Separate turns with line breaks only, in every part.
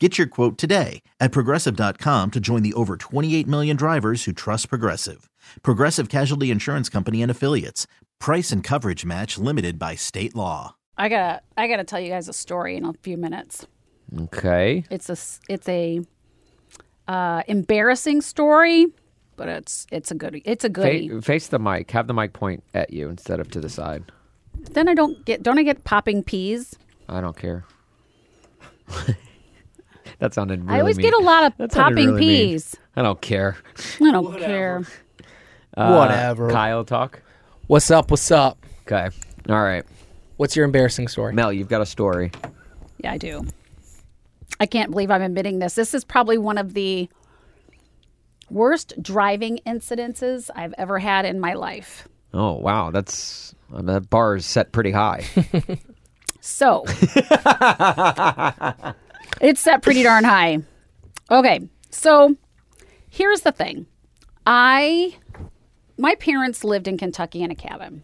Get your quote today at progressive.com to join the over 28 million drivers who trust Progressive. Progressive Casualty Insurance Company and Affiliates. Price and coverage match limited by state law.
I gotta I gotta tell you guys a story in a few minutes.
Okay.
It's a s- it's a uh, embarrassing story, but it's it's a good it's a goodie.
Fa- face the mic. Have the mic point at you instead of to the side.
Then I don't get don't I get popping peas?
I don't care. that sounded really
I always
mean.
get a lot of
That sounded
popping
really mean.
peas.
I don't care.
I don't care.
Uh,
Whatever.
Kyle talk.
What's up? What's up?
Okay. All right.
What's your embarrassing story?
Mel, you've got a story.
Yeah, I do. I can't believe I'm admitting this. This is probably one of the worst driving incidences I've ever had in my life.
Oh, wow. That's uh, that bar is set pretty high.
So it's set pretty darn high. Okay. So here's the thing. I my parents lived in Kentucky in a cabin.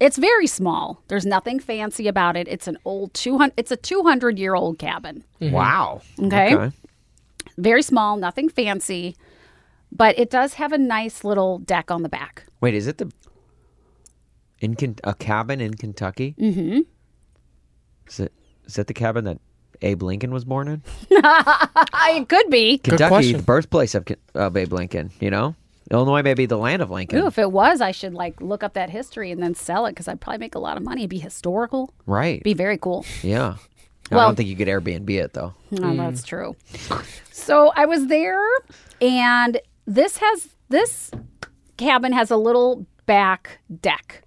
It's very small. There's nothing fancy about it. It's an old 200 it's a 200-year-old cabin.
Wow.
Mm-hmm. Okay. Very small, nothing fancy, but it does have a nice little deck on the back.
Wait, is it the in Ken- a cabin in Kentucky? Mm-hmm. Is it is that the cabin that Abe Lincoln was born in?
I, it could be.
Kentucky,
question.
the birthplace of, Ken- of Abe Lincoln. You know, Illinois may be the land of Lincoln,
Ooh, if it was, I should like look up that history and then sell it because I'd probably make a lot of money. It'd be historical.
right?
Be very cool.
yeah. I
Well-
don't think you could Airbnb it though.
No, that's true. So I was there, and this has this cabin has a little back deck.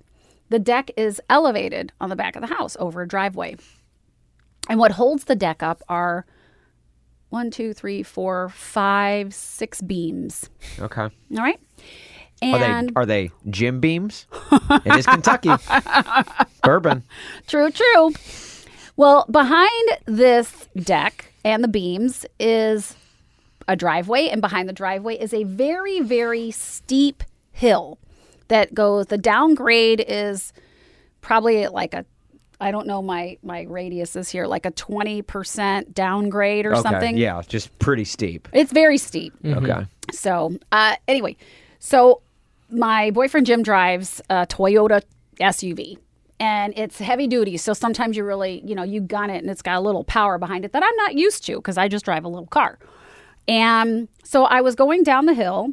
The deck is elevated on the back of the house over a driveway. And what holds the deck up are one, two, three, four, five, six beams.
Okay.
All right.
Are
And
they are they gym beams? it is Kentucky, bourbon.
True, true. Well, behind this deck and the beams is a driveway, and behind the driveway is a very, very steep hill that goes. The downgrade is probably at like a, I don't know my my radius is here, like a twenty percent downgrade or
Okay.
something. Mm-hmm.
Yeah, just pretty steep.
it's very steep.
Okay.
So, uh, anyway, so my boyfriend Jim drives a Toyota SUV and it's heavy duty. So sometimes you really, you know, you gun it and it's got a little power behind it that I'm not used to because I just drive a little car. And so I was going down the hill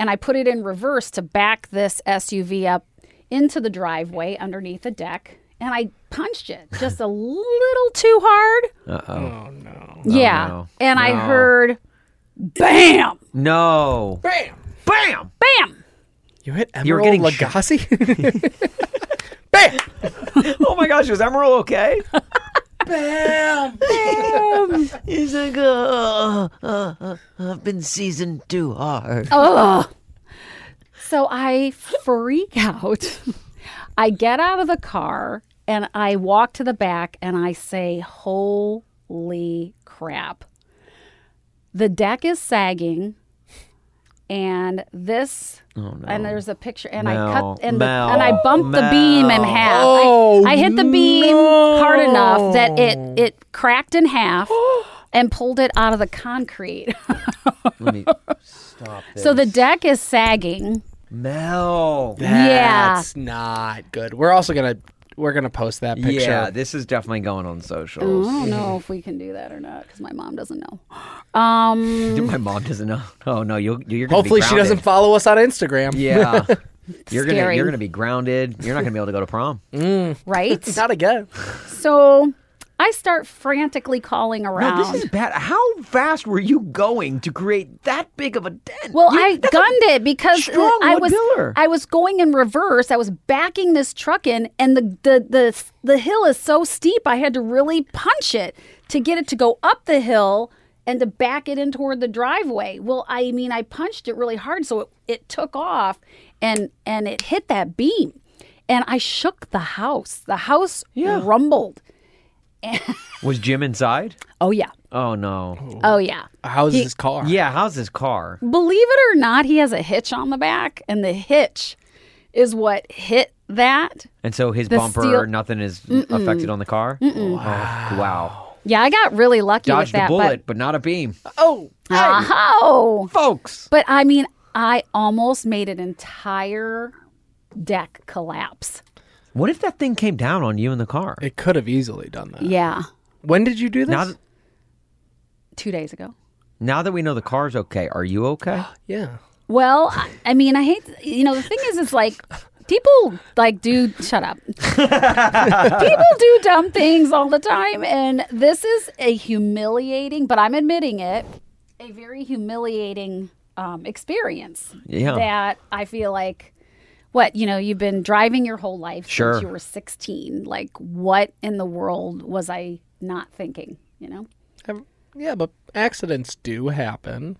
and I put it in reverse to back this SUV up into the driveway underneath the deck. And I punched it just a little too hard.
Uh oh.
yeah.
no.
And I
No.
heard BAM!
No.
Bam!
Bam.
BAM!
You hit
were
Emerald
getting sh-
Lagasse? Bam!
Oh my gosh, was Emerald okay?
Bam!
He's like, uh, uh, uh, I've been seasoned too hard.
Oh. Ugh. So I freak out. I get out of the car and I walk to the back and I say, Holy crap. The deck is sagging. And this, and there's a picture, and I
Oh, Mel,
cut and, the,
Mel,
and I bumped the beam in
Mel.
half.
Oh,
I, I hit the beam
no.
hard enough that it it cracked in half and pulled it out of the concrete.
Let me stop this.
so the deck is sagging.
Mel.
That's not good. We're also going to we're gonna post that picture.
Yeah, this is definitely going on
I
socials.
don't know if we can do that or not because my mom doesn't know. Um,
My mom doesn't know. Oh no, you you're gonna be
Hopefully, she doesn't
grounded.
follow us on Instagram.
Yeah. You're gonna
Scary.
you're gonna be grounded. You're not gonna be able to go to prom.
right?
Not again.
so I start frantically calling around.
No, this is bad. How fast were you going to create that big of a dent?
Well,
You-
I
that's a-
gunned it because
strong
I
wood
was
pillar.
I was going in reverse. I was backing this truck in, and the, the the the hill is so steep. I had to really punch it to get it to go up the hill and to back it in toward the driveway. Well, I mean, I punched it really hard, so it, it took off and and it hit that beam, and I shook the house. The house rumbled.
was Jim inside.
Oh yeah,
Oh no.
oh yeah.
How's his car?
Yeah, how's his car?
believe it or not, he has a hitch on the back, and the hitch is what hit that.
And so his
The
bumper,
steel-
nothing is affected on the car. Wow. Oh, wow.
Yeah, I got really lucky
Dodged
with that.
a bullet, but... not a beam,
Oh,
But, oh,
folks.
but I mean, I almost made an entire deck collapse.
What if that thing came down on you in the car?
it could have easily done that.
Yeah,
When did you do this?
Now, th-
two days ago.
now that we know the car's okay, are you okay?
yeah.
Well, I, I mean, I hate you know the thing is, it's like people like do shut up. people do dumb things all the time, and this is a humiliating, but I'm admitting it, a very humiliating um, experience.
Yeah.
that I feel like. What you know, you've been driving your whole life
Sure.
since you were 16. Like, what in the world was I not thinking? You know,
Um, Yeah, but accidents do happen.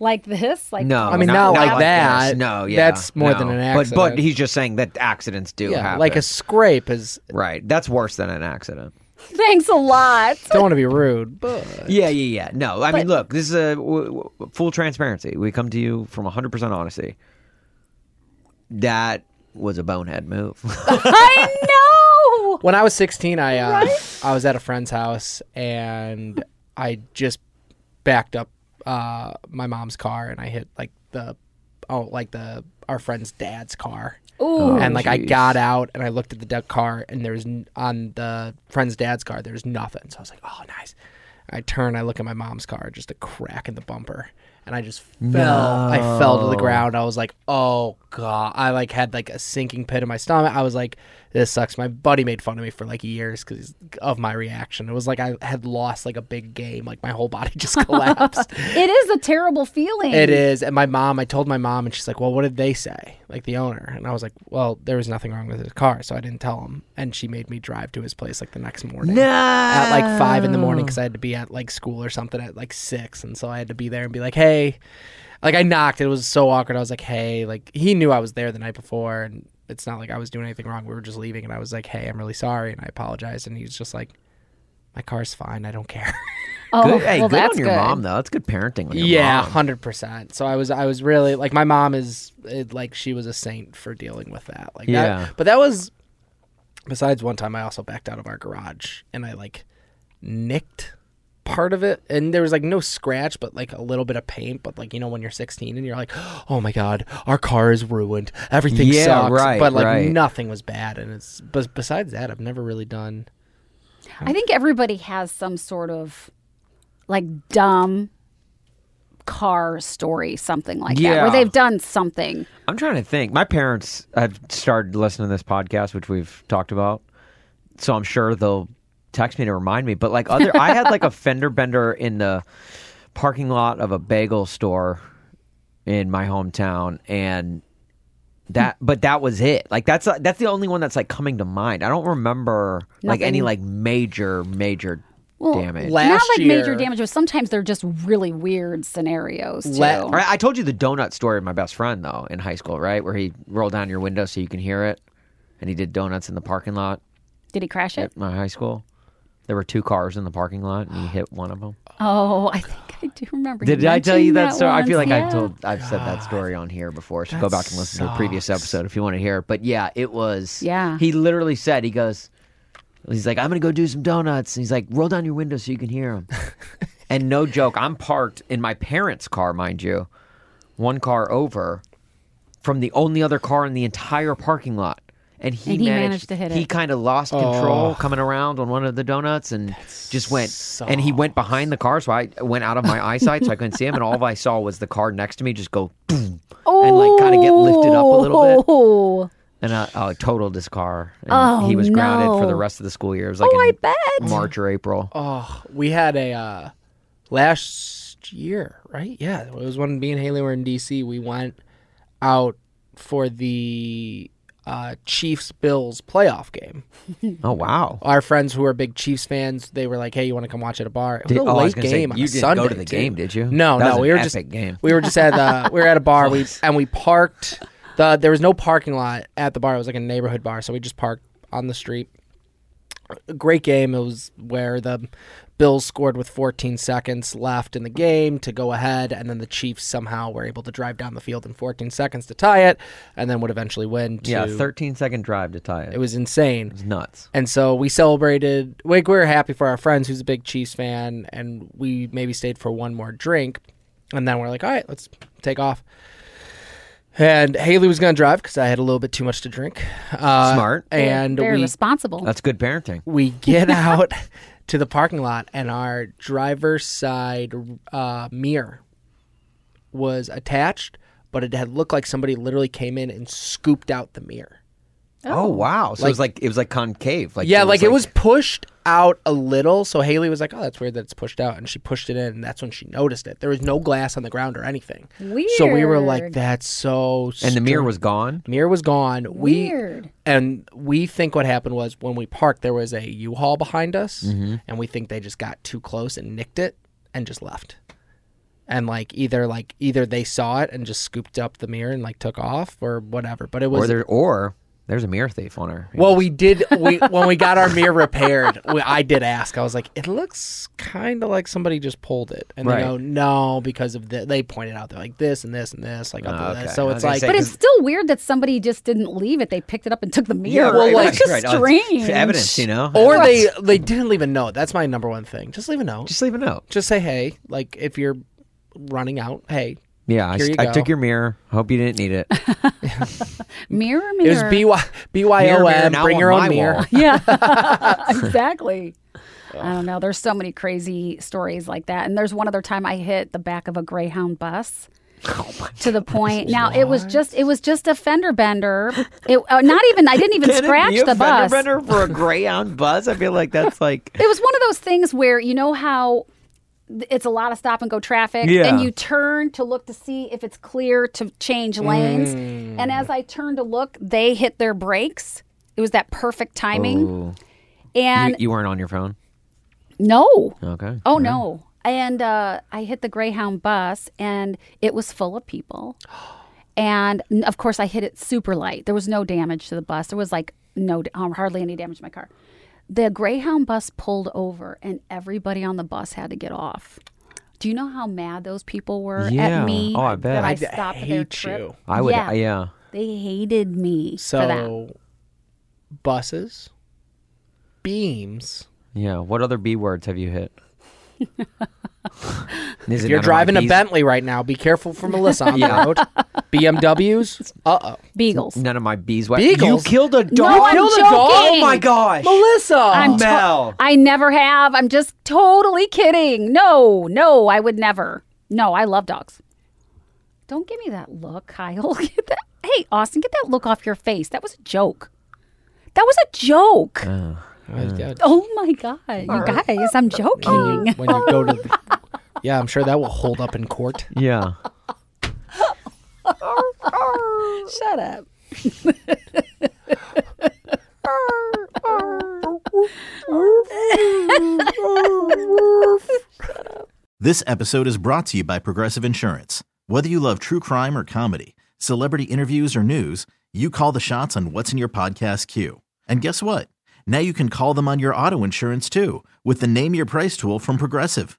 like this, like
No,
I mean, not like
this.
that.
No, yeah,
That's more
no.
than an
But but
accident.
he's just saying that accidents do
Yeah,
happen.
like a scrape is.
right. That's worse than an accident.
thanks a lot.
Don't want to be rude, but
Yeah, yeah, yeah. No, I mean, look, this is a w- w- full transparency. We come to you from 100% honesty. That was a bonehead move.
I know.
when I was 16, I uh, I was at a friend's house and I just backed up uh, my mom's car and I hit like the oh like the our friend's dad's car.
Ooh.
and like I
Oh, jeez.
got out and I looked at the duck car and there was n- on the friend's dad's car there was nothing. So I was like, oh nice. I turn, I look at my mom's car, just a crack in the bumper, and I just fell. I fell to the ground. I was like, oh god. I like had like a sinking pit in my stomach. I was like, this sucks. My buddy made fun of me for like years because of my reaction. It was like I had lost like a big game. Like my whole body just collapsed.
It is a terrible feeling.
It is. And my mom, I told my mom, and she's like, "Well, what did they say?" Like the owner, and I was like, "Well, there was nothing wrong with his car, so I didn't tell him." And she made me drive to his place like the next morning at like five in the morning because I had to be at like school or something at like six, and so I had to be there and be like, "Hey," like I knocked. It was so awkward. I was like, "Hey," like he knew I was there the night before, and it's not like I was doing anything wrong. We were just leaving, and I was like, "Hey, I'm really sorry," and I apologized, and he was just like. My car's fine. I don't care.
Oh,
good, hey,
well,
good
that's
on your
good.
mom, though. That's good parenting on your
yeah,
mom.
hundred percent. So I was, I was really like, my mom is it, like, she was a saint for dealing with that. Like,
Yeah.
That, but that was. Besides, one time I also backed out of our garage and I like nicked part of it, and there was like no scratch, but like a little bit of paint. But like you know, when you're 16 and you're like, oh my god, our car is ruined, everything
Yeah,
sucks.
right,
but like
right.
nothing was bad, and it's. But besides that, I've never really done.
I think everybody has some sort of like dumb car story, something like that,
Yeah.
where they've done something.
I'm trying to think. My parents have started listening to this podcast, which we've talked about. So I'm sure they'll text me to remind me. But like other, I had like a fender bender in the parking lot of a bagel store in my hometown, and that. But that was it. Like that's that's the only one that's like coming to mind. I don't remember like any
Nothing.
like major major damage.
la- Last
Not like major
year-
damage, but sometimes they're just really weird scenarios too.
La-
All right, I told you the donut story of my best friend though in high school, right? Where he rolled down your window so you can hear it, and he did donuts in the parking lot
Did he crash it?
at my high school. There were two cars in the parking lot, and he hit one of them.
Oh, I think I do remember.
Did I tell you
mentioned
that story? I feel like
once.
I've
Yeah.
told, I've said that story on here before. So go back and listen to a previous episode if you want to hear it. But yeah, it was.
Yeah.
he literally said he goes, he's like, I'm gonna go do some donuts, and he's like, roll down your window so you can hear them. and no joke, I'm parked in my parents' car, mind you, one car over from the only other car in the entire parking lot. and he,
And he managed to hit
He
it.
kind of lost
Oh.
control coming around on one of the donuts and just went. And he went behind the car, so I went out of my eyesight, so I couldn't see him. And all I saw was the car next to me just go boom, and like kind of get lifted up a little bit.
Oh,
And I, I totaled his car. And
Oh,
he was grounded for
no.
the rest of the school year. It was like
Oh, I
in
bet.
March or April.
Oh, we had a uh, last year, right? Yeah, it was when me and Haley were in DC. We went out for the uh, Chiefs Bills playoff game.
Oh wow.
Our friends who are big Chiefs fans, they were like, "Hey, you want to come watch at a bar?" It was
Did-
a
oh, I was
late
gonna say,
game. on
you
a
didn't
Sunday,
go to the
too.
game, did you?
No,
That
no,
was
we
an
were just
epic game.
we were just at the we were at a bar. We and we parked. the There was no parking lot at the bar. It was like a neighborhood bar, so we just parked on the street. A great game. It was where the Bills scored with 14 seconds left in the game to go ahead, and then the Chiefs somehow were able to drive down the field in 14 seconds to tie it, and then would eventually win. To,
Yeah, 13 second drive to tie it.
It was insane.
It's nuts.
And so we celebrated. Like we were happy for our friends, who's a big Chiefs fan, and we maybe stayed for one more drink, and then we're like, all right, let's take off. And Haley was gonna drive because I had a little bit too much to drink. Uh,
Smart.
And
very
we
responsible.
That's good parenting.
we get out to the parking lot, and our driver's side uh, mirror was attached, but it had looked like somebody literally came in and scooped out the mirror.
Oh, wow. So it was like it was like concave. Like
yeah, like, it was pushed out a little. So Haley was like, "Oh, that's weird that it's pushed out," and she pushed it in, and that's when she noticed it. There was no glass on the ground or anything. So we were like,
Weird.
"That's so."
and the mirror was gone.
mirror was gone. We
Weird.
and we think what happened was when we parked, there was a U-Haul behind us, and we think they just got too close and nicked it and just left. And like either like either they saw it and just scooped up the mirror and like took off or whatever. But it was
Or there or there's a mirror thief on her.
well, we did. We when we got our mirror repaired, we, I did ask. I was like, "It looks kind of like somebody just pulled it," and
Right.
they go, "No, because of the." They pointed out they're like this and this and this, like other
okay.
this. So
I
it's
was gonna
like,
say,
but it's
'cause-
still weird that somebody just didn't leave it. They picked it up and took the mirror. Like,
right, right,
it's just
right. Oh, it's
strange.
Evidence, you know.
or they they didn't leave a note. That's my number one thing. Just leave a note. Just,
just leave a note.
say hey. Like if you're running out, hey.
Yeah, I,
Here you
I
go.
took your mirror. Hope you didn't need it.
Mirror,
It was
mirror.
Mirror,
BY,
mirror,
BYOM,
now
bring
on
your
my
own mirror.
wall.
yeah, exactly. I don't know. There's so many crazy stories like that. And there's one other time I hit the back of a Greyhound bus.
Oh
to the point. Now it was just it was just a fender bender. It uh, not even I didn't even
Can it
scratch
be a
the
fender
bus.
bender for a Greyhound bus. I feel like that's like
It was one of those things where you know how th- it's a lot of stop and go traffic,
Yeah.
and you turn to look to see if it's clear to change lanes. And
Mm.
as I turned to look, they hit their brakes. It was that perfect timing.
Ooh.
And
Oh. you, you weren't on your phone.
no,
Okay.
oh no. And uh, I hit the Greyhound bus, and it was full of people. And n- of course, I hit it super light. There was no damage to the bus. There was like no, da- um, hardly any damage to my car. The Greyhound bus pulled over, and everybody on the bus had to get off. Do you know how mad those people were
Yeah.
at me?
Oh, I bet.
That I
I'd
stopped their
hate
trip.
you.
I would.
Yeah.
Yeah.
They hated me for that.
So buses, beams.
Yeah. What other b words have you hit? Is
If
it none of
you're
my
driving a
Bs?
Bentley right now, be careful for Melissa on the road. BMWs. Uh oh.
Beagles.
None of my beeswax.
Beagles?
You killed a dog.
No, I'm
killed a
joking.
dog?
Oh my gosh.
Melissa.
I'm
Mel.
I never have. I'm just totally kidding. No, no, I would never. No, I love dogs. Don't give me that look, Kyle. Get that. Hey, Austin, get that look off your face. That was a joke. That was a joke. oh my god, you guys, I'm joking.
when you go to the, yeah, I'm sure that will hold up in court.
yeah.
Shut up.
This episode is brought to you by Progressive Insurance. Whether you love true crime or comedy, celebrity interviews or news, you call the shots on what's in your podcast queue. And guess what? Now you can call them on your auto insurance too with the Name Your Price tool from Progressive.